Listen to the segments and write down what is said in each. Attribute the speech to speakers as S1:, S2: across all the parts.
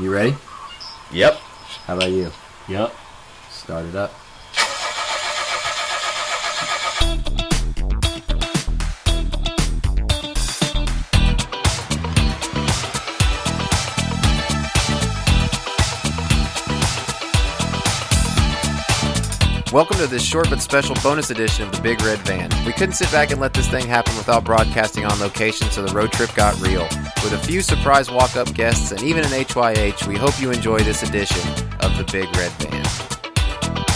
S1: You ready?
S2: Yep.
S1: How about you?
S3: Yep.
S1: Start it up.
S2: Welcome to this short but special bonus edition of the Big Red Van. We couldn't sit back and let this thing happen without broadcasting on location, so the road trip got real. With a few surprise walk up guests and even an HYH, we hope you enjoy this edition of the Big Red Van.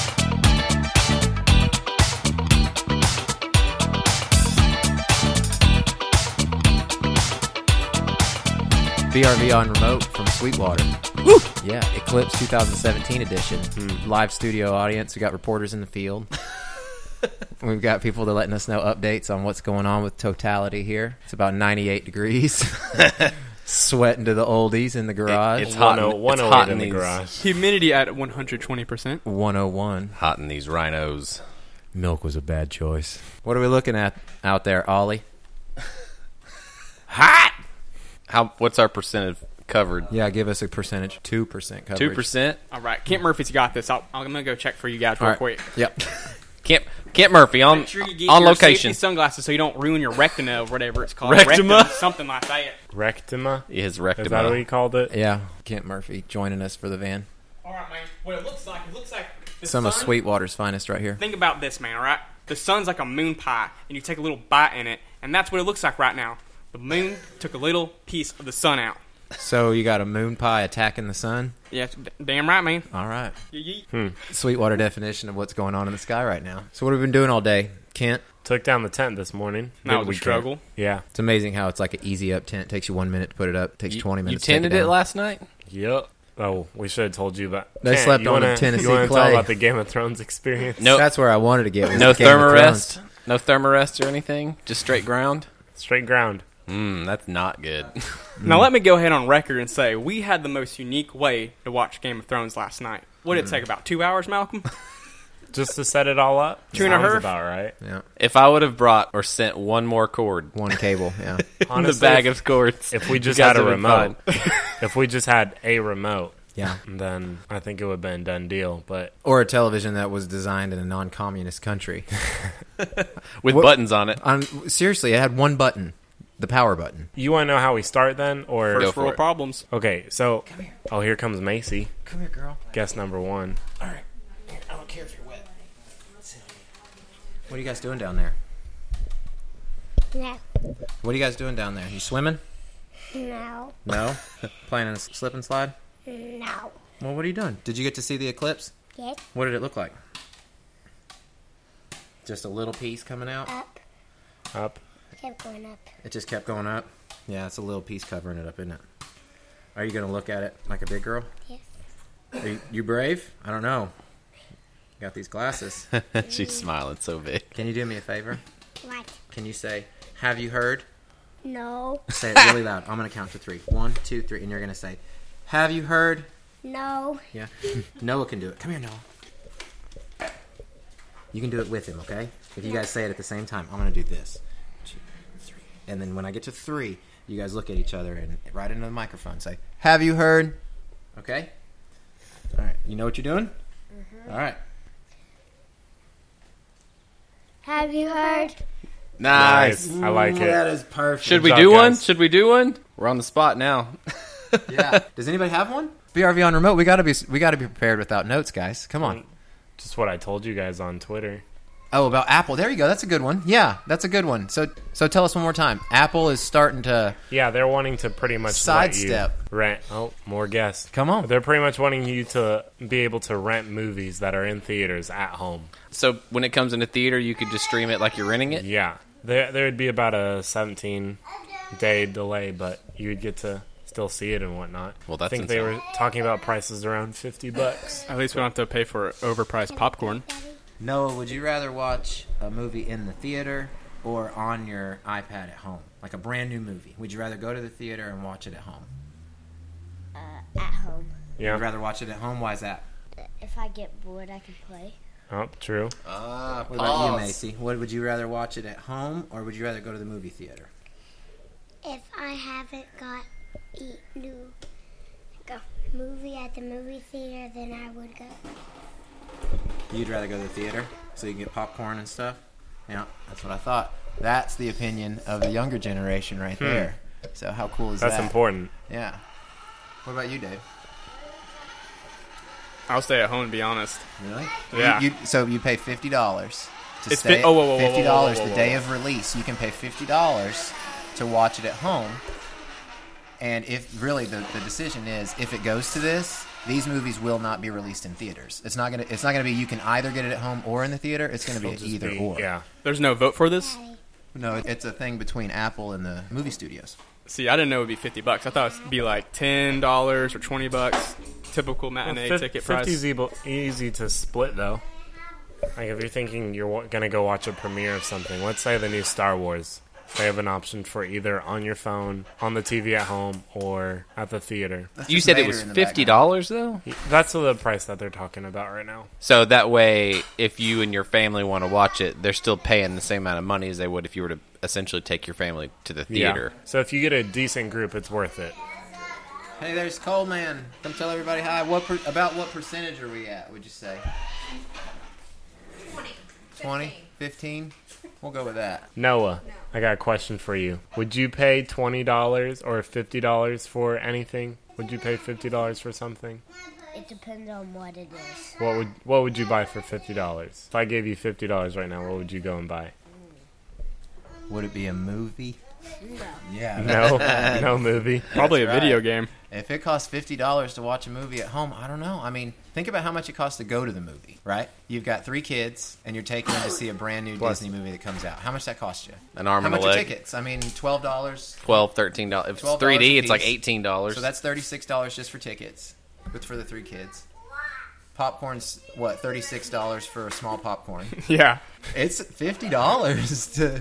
S2: BRV on remote from Sweetwater. Yeah, Eclipse 2017 edition.
S4: Hmm.
S2: Live studio audience. We got reporters in the field. We've got people that are letting us know updates on what's going on with totality here. It's about 98 degrees. Sweating to the oldies in the garage.
S4: It's oh, hot, in-
S3: 10-
S4: it's hot
S3: 108
S4: in
S3: in
S4: the
S3: these.
S4: garage.
S5: Humidity at 120%.
S2: 101.
S4: Hot in these rhinos.
S2: Milk was a bad choice. What are we looking at out there, Ollie?
S4: How? What's our percent of covered?
S2: Yeah, give us a percentage. 2% coverage.
S4: Two percent.
S5: All right, Kent Murphy's got this. I'll, I'm going to go check for you guys real
S2: All right.
S5: quick.
S2: Yep.
S4: Camp Camp Murphy on
S5: Make sure you get
S4: on
S5: your
S4: location.
S5: safety sunglasses so you don't ruin your retina or whatever it's called.
S4: Rectima?
S5: Rectum, something like that.
S6: Rectima?
S4: His
S6: Is that what
S4: rectum.
S6: you called it?
S2: Yeah. Kent Murphy joining us for the van.
S5: All right, man. What it looks like, it looks like the
S2: Some of
S5: sun-
S2: Sweetwater's finest right here.
S5: Think about this, man. All right, the sun's like a moon pie, and you take a little bite in it, and that's what it looks like right now. The moon took a little piece of the sun out.
S2: So you got a moon pie attacking the sun?
S5: Yeah, d- damn right, man.
S2: All right.
S5: Yeet.
S2: Sweetwater definition of what's going on in the sky right now. So what have we been doing all day, Kent?
S6: Took down the tent this morning.
S5: That
S6: Good
S5: was a
S6: weekend.
S5: struggle.
S6: Yeah.
S2: It's amazing how it's like an easy up tent. takes you one minute to put it up. Takes you twenty
S4: You
S2: minutes. to
S4: tended
S2: take it,
S4: it
S2: down.
S4: last night.
S6: Yep. Oh, we should have told you about.
S2: They
S6: Kent,
S2: slept
S6: you
S2: on
S6: wanna,
S2: a Tennessee
S6: You wanna
S2: clay.
S6: talk about the Game of Thrones experience?
S4: No,
S2: That's where I wanted to get. was
S4: no
S2: Game of
S4: thermarest.
S2: Thrones.
S4: No thermarest or anything. Just straight ground.
S6: Straight ground.
S4: Mm, that's not good.
S5: Now let me go ahead on record and say we had the most unique way to watch Game of Thrones last night. What
S4: Mm.
S5: did it take about two hours, Malcolm?
S6: Just to set it all up.
S5: Two and a
S6: Sounds
S5: half.
S6: about right.
S2: Yeah,
S4: if I would have brought or sent one more cord
S2: one cable. Yeah,
S4: in the
S6: Honestly,
S4: bag
S6: if,
S4: of cords,
S6: if we
S4: you
S6: just
S4: guys
S6: had a
S4: would've been
S6: remote,
S4: fine.
S6: if we just had a remote,
S2: yeah.
S6: then I think it would have been a done deal. But
S2: Or a television that was designed in a non-communist country.
S4: with
S2: What-
S4: buttons on it.
S2: Um, seriously, it had one button, the power button.
S6: you want to know how we start then, or
S4: Go
S5: First
S4: for
S5: world
S4: it.
S5: problems.
S6: okay? So, oh, here comes Macy.
S2: Come here, girl.
S6: Guess number one.
S2: I don't care if you're wet. What are you guys doing down there?
S7: No.
S2: What are you guys doing down there? You swimming?
S7: No.
S2: No. Playing in a slip and slide.
S7: No.
S2: Well, what are you doing? Did you get to see the eclipse?
S7: Get
S2: What did it look like? Just a little piece coming out.
S7: up.
S6: Up.
S7: Keep going up.
S2: It just kept going up. Yeah, it's a little piece covering it up, isn't it? Are you gonna look at it like a big girl?
S7: Yes.
S2: Are you, you brave? I don't know. Got these glasses.
S4: She's smiling so big.
S2: Can you do me a favor?
S7: Right.
S2: Can you say, "Have you heard?"
S7: No.
S2: Say it really loud. I'm gonna count to three. One, two, three, and you're gonna say, "Have you heard?"
S7: No.
S2: Yeah. Noah can do it. Come here, Noah. You can do it with him, okay? If you guys say it at the same time, I'm gonna do this. Two, three. And then when I get to three, you guys look at each other and right into the microphone and say, Have you heard? Okay? Alright, you know what you're doing? Alright.
S7: Have you heard?
S4: Nice.
S6: I like it.
S2: That is perfect.
S4: Should we
S6: job,
S4: do one?
S6: guys.
S4: Should we do one? We're on the spot now.
S2: Yeah. Does anybody have one? BRV on remote. We gotta be we gotta be prepared without notes, guys. Come on.
S6: Just what I told you guys on Twitter.
S2: Oh, about Apple. There you go. That's a good one. Yeah, that's a good one. So so tell us one more time. Apple is starting to
S6: Yeah, they're wanting to pretty much
S2: Sidestep.
S6: Let you rent. Oh, more guests.
S2: Come on.
S6: They're pretty much wanting you to be able to rent movies that are in theaters at home.
S4: So when it comes into theater, you could just stream it like you're renting it.
S6: Yeah, there there would be about a 17 day delay, but you would get to still see it and whatnot.
S4: Well, that's
S6: I think they
S4: insane.
S6: were talking about prices around 50 bucks.
S5: At least we don't have to pay for overpriced popcorn.
S2: Noah, would you rather watch a movie in the theater or on your iPad at home? Like a brand new movie. Would you rather go to the theater and watch it at home?
S7: At home.
S6: Yeah.
S2: You'd rather watch it at home? Why is that?
S7: If I get bored, I can play.
S6: Oh, true.
S2: What about you, Macy? What would you rather watch it at home or would you rather go to the movie theater?
S7: If I haven't got eat new, go movie at the movie theater than I would go.
S2: You'd rather go to the theater so you can get popcorn and stuff? Yeah, that's what I thought. That's the opinion of the younger generation right there. So how cool is
S6: Hmm. That's
S2: that?
S6: important.
S2: Yeah. What about you, Dave?
S5: I'll stay at home to be honest.
S2: Really?
S5: Yeah.
S2: You, you, so you pay fifty dollars to
S5: It's
S2: stay.
S5: fi- oh, whoa, whoa, whoa, whoa,
S2: fifty dollars
S5: whoa, whoa,
S2: the
S5: whoa,
S2: day
S5: whoa.
S2: of release. You can pay fifty dollars to watch it at home. And if really the, the decision is if it goes to this, these movies will not be released in theaters. It's not gonna it's not gonna be you can either get it at home or in the theater. It's gonna be
S6: It'll
S2: an
S6: just
S2: either
S6: be-
S2: or.
S6: Yeah.
S5: There's no vote for this.
S2: No, it- it's a thing between Apple and the movie studios.
S5: See, I didn't know it would be fifty bucks. I thought it'd be like ten dollars or twenty bucks. Typical matinee
S6: Fif-
S5: ticket price.
S6: 50's able- easy to split though. Like if you're thinking you're wa- gonna go watch a premiere of something, let's say the new Star Wars, they have an option for either on your phone, on the TV at home, or at the theater.
S2: That's
S4: You
S2: just
S4: said it
S2: Vader
S4: was
S2: in the
S4: fifty
S2: background.
S4: dollars though.
S6: That's the price that they're talking about right now.
S4: So that way, if you and your family want to watch it, they're still paying the same amount of money as they would if you were to essentially take your family to the theater.
S6: So if you get a decent group, it's worth it.
S2: Hey, there's Coleman. Come tell everybody hi. What per- about what percentage are we at? Would you say? 20, 15? We'll go with that.
S6: Noah, I got a question for you. Would you pay twenty dollars or fifty dollars for anything? Would you pay fifty dollars for something?
S7: It depends on what it is.
S6: What would what would you buy for fifty dollars? If I gave you fifty dollars right now, what would you go and buy?
S2: Would it be a movie? Yeah.
S6: No, no movie.
S5: Probably a
S2: That's
S5: video
S2: right.
S5: game.
S2: If it costs fifty dollars to watch a movie at home, I don't know. I mean, think about how much it costs to go to the movie, right? You've got three kids, and you're taking them to see a brand new
S6: Bless
S2: Disney movie that comes out. How much that cost you?
S4: An arm
S2: How
S4: and a
S2: much are
S4: leg.
S2: tickets? I mean, twelve dollars.
S4: Twelve, thirteen dollars. If it's
S2: $12
S4: three D,
S2: a
S4: it's like
S2: piece.
S4: eighteen dollars.
S2: So that's thirty-six dollars just for tickets, with for the three kids. Popcorn's what thirty-six dollars for a small popcorn.
S5: Yeah.
S2: it's fifty dollars to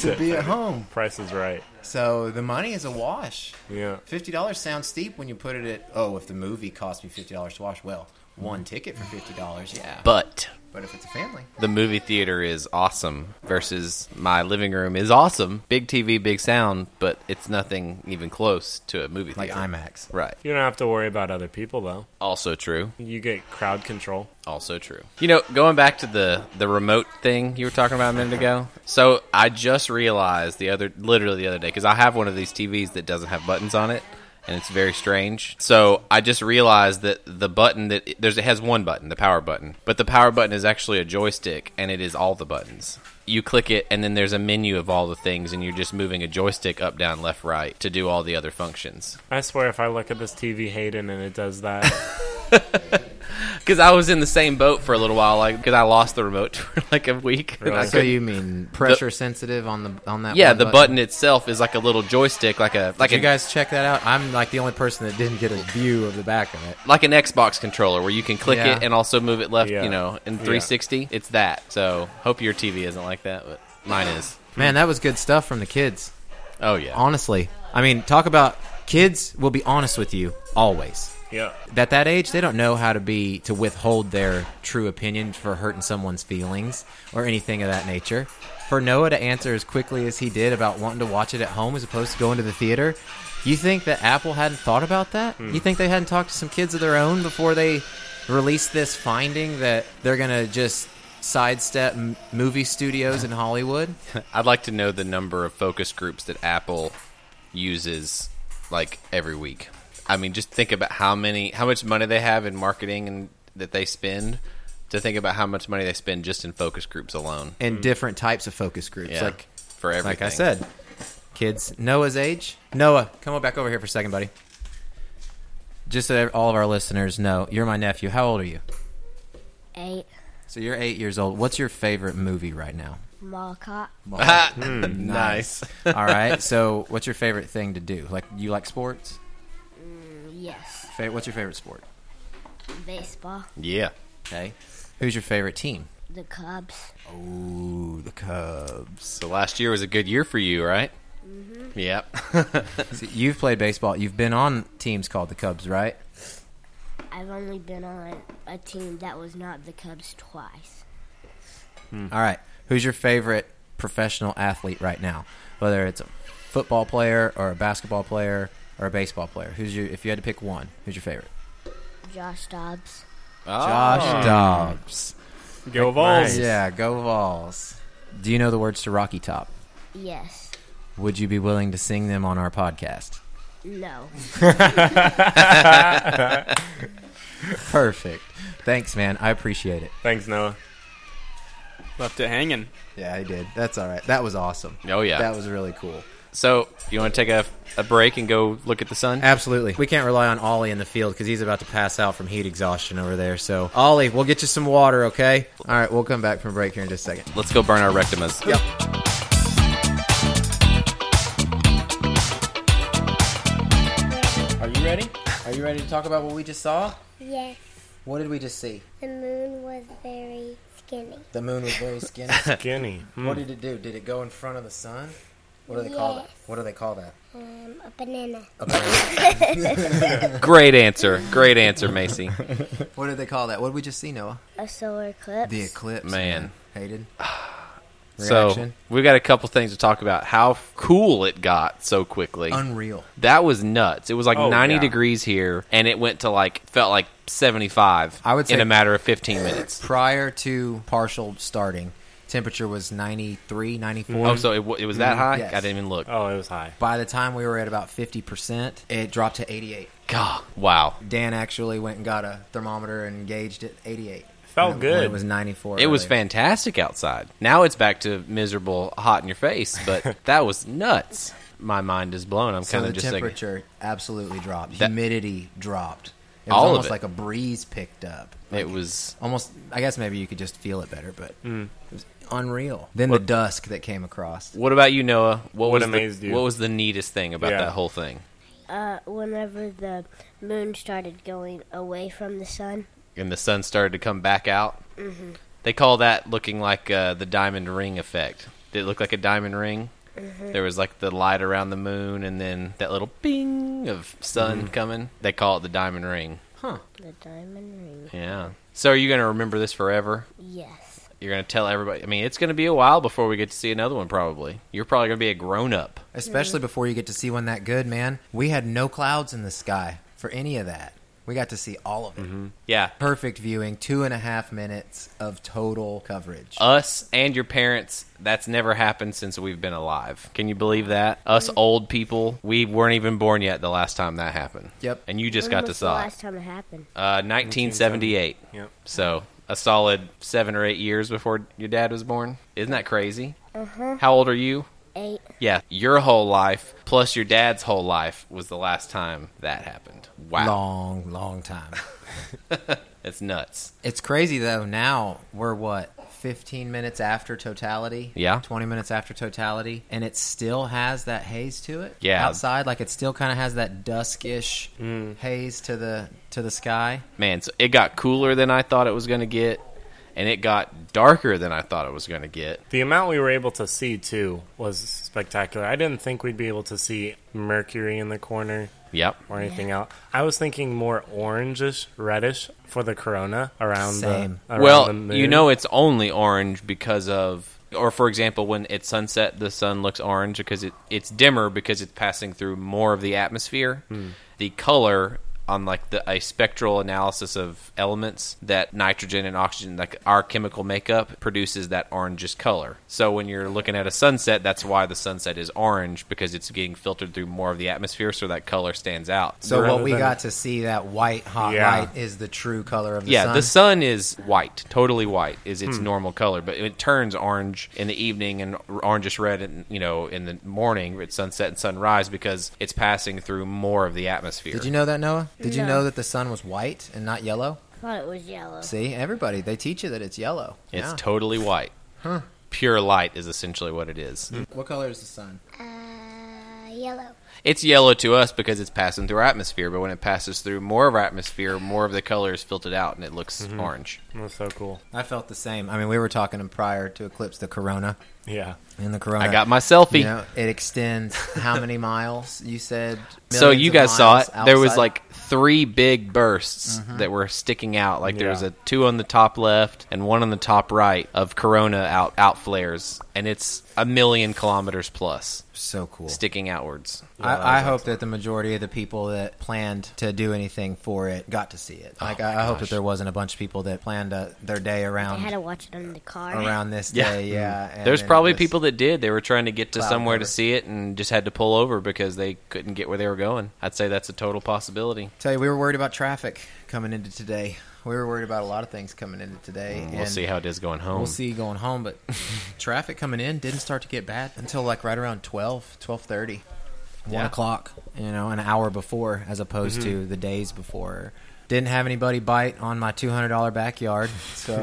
S2: to be at home.
S6: Price is right.
S2: So the money is a wash.
S6: Yeah.
S2: Fifty dollars sounds steep when you put it at oh, if the movie cost me fifty dollars to watch, well, one ticket for fifty dollars, yeah.
S4: but
S2: But if it's a family,
S4: the movie theater is awesome versus my living room is awesome. Big TV, big sound, but it's nothing even close to a movie
S2: like
S4: theater.
S2: IMAX,
S4: Right.
S6: You don't have to worry about other people though.
S4: Also true.
S6: You get crowd control.
S4: Also true. You know, going back to the the remote thing you were talking about a minute ago. So I just realized the other, literally the other day, because I have one of these TVs that doesn't have buttons on it, and it's very strange. So I just realized that the button that there's it has one button, the power button, but the power button is actually a joystick, and it is all the buttons. You click it, and then there's a menu of all the things, and you're just moving a joystick up, down, left, right to do all the other functions.
S6: I swear, if I look at this TV, Hayden, and it does that,
S4: Because I was in the same boat for a little while, like because I lost the remote for like a week. And I
S6: Really?
S4: couldn't-
S2: So you mean pressure sensitive on the on that?
S4: Yeah,
S2: one
S4: the button.
S2: button.
S4: itself is like a little joystick, like a like
S2: Did
S4: a,
S2: you guys check that out? I'm like the only person that didn't get a view of the back of it.
S4: like an Xbox controller where you can click
S2: Yeah.
S4: it and also move it left,
S6: Yeah.
S4: you know, in 360. It's that. So hope your TV isn't like that, but mine is.
S2: Man, that was good stuff from the kids.
S4: Oh yeah,
S2: Honestly, I mean, talk about kids will be honest with you always.
S6: yeah,
S2: at that age they don't know how to be to withhold their true opinion for hurting someone's feelings or anything of that nature for noah to answer as quickly as he did about wanting to watch it at home as opposed to going to the theater you think that apple hadn't thought about that you think they hadn't talked to some kids of their own before they released this finding that they're gonna just sidestep m- movie studios in hollywood
S4: I'd like to know the number of focus groups that Apple uses like every week. I mean, just think about how many, how much money they have in marketing and that they spend. To think about how much money they spend just in focus groups alone.
S2: and different types of focus groups
S4: Yeah,
S2: like
S4: for everything.
S2: Like I said, kids, Noah's age. Noah, come on back over here for a second, buddy. Just so all of our listeners know, you're my nephew. How old are you?
S7: Eight.
S2: So you're eight years old. What's your favorite movie right now?
S7: Mall cop.
S2: Hmm.
S4: nice.
S2: all right. So what's your favorite thing to do? Like you like sports?
S7: Yes.
S2: Fa- what's your favorite sport?
S7: Baseball.
S4: Yeah.
S2: Okay. Who's your favorite team?
S7: The Cubs.
S2: Ooh, the Cubs.
S4: So last year was a good year for you, right? Mm-hmm. Yep.
S2: So you've played baseball. You've been on teams called the Cubs, right?
S7: I've only been on a team that was not the Cubs twice.
S2: All right. Who's your favorite professional athlete right now? Whether it's a football player or a basketball player or a baseball player? Who's your if you had to pick one? Who's your favorite?
S7: Josh Dobbs.
S2: Ah. Josh Dobbs.
S6: Go Vols.
S2: Yeah, go Vols. Do you know the words to Rocky Top?
S7: Yes.
S2: Would you be willing to sing them on our podcast?
S7: No.
S2: Perfect. Thanks, man. I appreciate it.
S6: Thanks, Noah.
S5: Left it hanging.
S2: Yeah, I did. That's all right. That was awesome.
S4: Oh, yeah.
S2: That was really cool.
S4: So, you want to take a, a break and go look at the sun?
S2: Absolutely. We can't rely on Ollie in the field because he's about to pass out from heat exhaustion over there. So, Ollie, we'll get you some water, okay? All right, we'll come back from break here in just a second.
S4: Let's go burn our rectimas.
S2: Yep. Are you ready? Are you ready to talk about what we just saw?
S3: Yes,
S2: What did we just see?
S3: the moon was very skinny.
S2: The moon was very skinny.
S6: Skinny.
S2: what did it do? Did it go in front of the sun? What do they call that?
S3: Yes.
S2: What do they call that?
S3: Um, a banana.
S4: Great answer. Great answer, Macy.
S2: What did they call that? What did we just see, Noah?
S7: A solar eclipse.
S2: The eclipse.
S4: Man.
S2: Hated.
S4: So, we've got a couple things to talk about. How f- cool it got so quickly.
S2: Unreal.
S4: that was nuts. It was like
S6: Oh,
S4: 90
S6: yeah.
S4: degrees here, and it went to like, felt like 75
S2: I would say-
S4: in a matter of 15 minutes.
S2: Prior to partial starting, temperature was 93, 94.
S4: Oh, so it, w- it was that high?
S2: Mm, Yes.
S4: I didn't even look.
S6: Oh, it was high.
S2: By the time we were at about 50%, it dropped to 88.
S4: God. Wow.
S2: Dan actually went and got a thermometer and gauged at 88.
S6: Felt
S2: When it- when
S6: good.
S2: It was 94.
S4: It was
S2: earlier.
S4: fantastic outside. Now it's back to miserable, hot in your face, but that was nuts. My mind is blown. I'm
S2: So
S4: kind
S2: the
S4: of just like,
S2: temperature absolutely dropped.
S4: That-
S2: Humidity dropped. It was
S4: All of
S2: almost
S4: it.
S2: like a breeze picked up.
S4: it was.
S2: Almost, I guess maybe you could just feel it better, but
S6: Mm.
S2: it was unreal. Then the dusk that came across.
S4: What about you, Noah? What, was
S6: amazed
S4: the,
S6: you?
S4: what was the neatest thing about
S6: Yeah.
S4: that whole thing?
S7: Uh, whenever the moon started going away from the sun.
S4: And the sun started to come back out. They call that looking like uh, the diamond ring effect. Did it look like a diamond ring? There was like the light around the moon, and then that little bing of sun
S2: Mm-hmm.
S4: coming. They call it the diamond ring.
S7: The diamond ring.
S4: Yeah. So are you going to remember this forever?
S7: Yes.
S4: You're going to tell everybody. I mean, it's going to be a while before we get to see another one, probably. You're probably going to be a grown up.
S2: Especially before you get to see one that good, man. We had no clouds in the sky for any of that. We got to see all
S6: Mm-hmm.
S2: of it.
S4: Yeah.
S2: Perfect viewing, two and a half minutes of total coverage.
S4: Us and your parents, that's never happened since we've been alive. Can you believe that? Us
S7: Mm-hmm.
S4: old people, we weren't even born yet the last time that happened.
S2: Yep.
S4: And you just
S7: When
S4: got to
S7: was
S4: saw
S7: the
S4: it.
S7: last time it happened?
S4: Uh, 1978.
S6: Yep.
S4: So a solid seven or eight years before your dad was born. Isn't that crazy? Uh-huh. How old are you?
S7: Eight.
S4: Yeah, your whole life plus your dad's whole life was the last time that happened. Wow.
S2: Long, long time.
S4: That's nuts.
S2: It's crazy though. Now we're what 15 minutes after totality.
S4: Yeah.
S2: 20 minutes after totality, and it still has that haze to it.
S4: Yeah. Mm.
S2: Outside, like it still kind of has that duskish haze to the to the sky.
S4: Man, so it got cooler than I thought it was going to get, and it got darker than I thought it was going to get.
S6: The amount we were able to see too was spectacular. I didn't think we'd be able to see Mercury in the corner
S4: Yep.
S6: or anything else. I was thinking more orangish, reddish for the corona around
S2: Same.
S6: the around the
S4: well,
S6: moon.
S4: you know, it's only orange because of, or for example, when it's sunset, the sun looks orange because it, it's dimmer because it's passing through more of the atmosphere. The color on like the a spectral analysis of elements that nitrogen and oxygen like our chemical makeup produces that orangish color so when you're looking at a sunset that's why the sunset is orange because it's getting filtered through more of the atmosphere so that color stands out
S2: So
S6: Rather
S2: what we
S6: than-
S2: got to see that white hot
S6: Yeah.
S2: light is the true color of the
S4: yeah,
S2: sun. Hmm.
S4: the sun is white, totally white is its normal color, but it turns orange in the evening and r- orangish red, in, you know, in the morning at sunset and sunrise because it's passing through more of the atmosphere.
S2: Did you know that Noah? Did you
S7: No.
S2: know that the sun was white and not yellow?
S7: Thought it was yellow.
S2: See, everybody they teach you that it's yellow.
S4: It's
S2: Yeah.
S4: totally white. Pure light is essentially what it is.
S2: what color is the sun?
S3: Uh, yellow.
S4: It's yellow to us because it's passing through our atmosphere, but when it passes through more of our atmosphere, more of the color is filtered out and it
S2: Mm-hmm.
S4: looks orange.
S6: It was so cool.
S2: I felt the same. I mean, we were talking prior to eclipse the corona,
S6: Yeah.
S2: in the corona.
S4: I got my selfie.
S2: You know, it extends how many miles? You said.
S4: so
S2: millions
S4: you
S2: of
S4: guys saw it.
S2: miles
S4: There was
S2: outside? Mm-hmm.
S4: like three big bursts that were sticking out. Like there was
S6: Yeah.
S4: a two on the top left and one on the top right of corona out out flares, and it's a million kilometers plus
S2: so cool.
S4: sticking outwards.
S2: I, I hope that the majority of the people that planned to do anything for it got to see it. Like
S4: Oh
S2: I, I hope that there wasn't a bunch of people that planned uh, their day
S7: I had
S2: around
S7: to watch it on the car.
S2: around this
S4: Yeah. Mm-hmm.
S2: day. Yeah, Mm-hmm. and
S4: There's
S2: then
S4: probably
S2: just-
S4: people that did. They were trying to get to
S2: Cloud
S4: somewhere
S2: cover.
S4: to see it and just had to pull over because they couldn't get where they were going. I'd say that's a total possibility.
S2: Tell you, we were worried about traffic coming into today. We were worried about a lot of things coming into today.
S4: Mm, We'll
S2: and
S4: see how it is going home.
S2: We'll see going home, but traffic coming in didn't start to get bad until like right around 12, 12.30, 1
S4: Yeah. Mm-hmm.
S2: o'clock, you know, an hour before as opposed to the days before. Didn't have anybody bite on my $200 backyard, so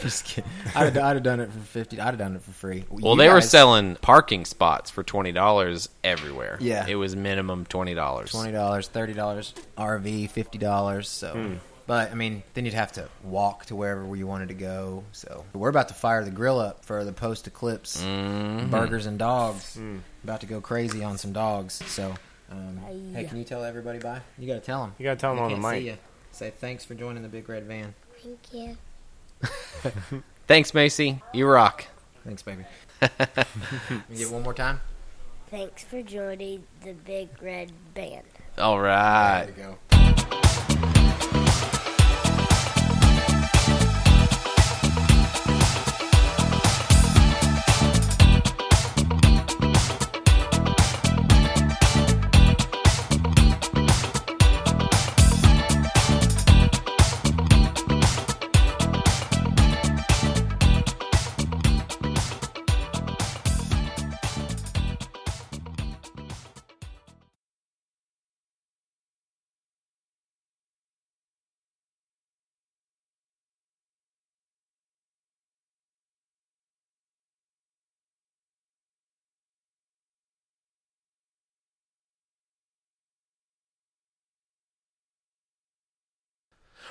S2: just kidding. I'd have, I'd have done it for 50 I'd have done it for free.
S4: Well,
S2: You
S4: they were
S2: guys-
S4: selling parking spots for twenty dollars everywhere.
S2: Yeah.
S4: it was minimum twenty dollars.
S2: twenty dollars, thirty dollars, RV fifty dollars. So,
S4: Hmm.
S2: but I mean, then you'd have to walk to wherever you wanted to go. So we're about to fire the grill up for the post eclipse
S4: Mm.
S2: burgers and dogs.
S6: Mm.
S2: About to go crazy on some dogs. So, um, hey, can you tell everybody bye? You got to tell them.
S6: You gotta tell them on the
S2: can't see
S6: mic.
S2: you. Say thanks for joining the big red van.
S3: Thank you.
S4: Thanks, Macy. You rock.
S2: Thanks, baby. you get one more time.
S7: Thanks for joining the Big Red Band.
S4: All right.
S2: There you go.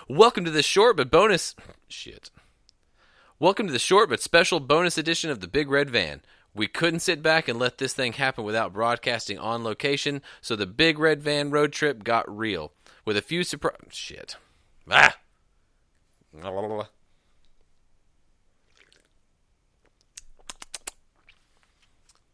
S4: Welcome to the short but bonus shit. Welcome to the short but special bonus edition of the Big Red Van. We couldn't sit back and let this thing happen without broadcasting on location, so the Big Red Van road trip got real with a few surprise shit. Ah.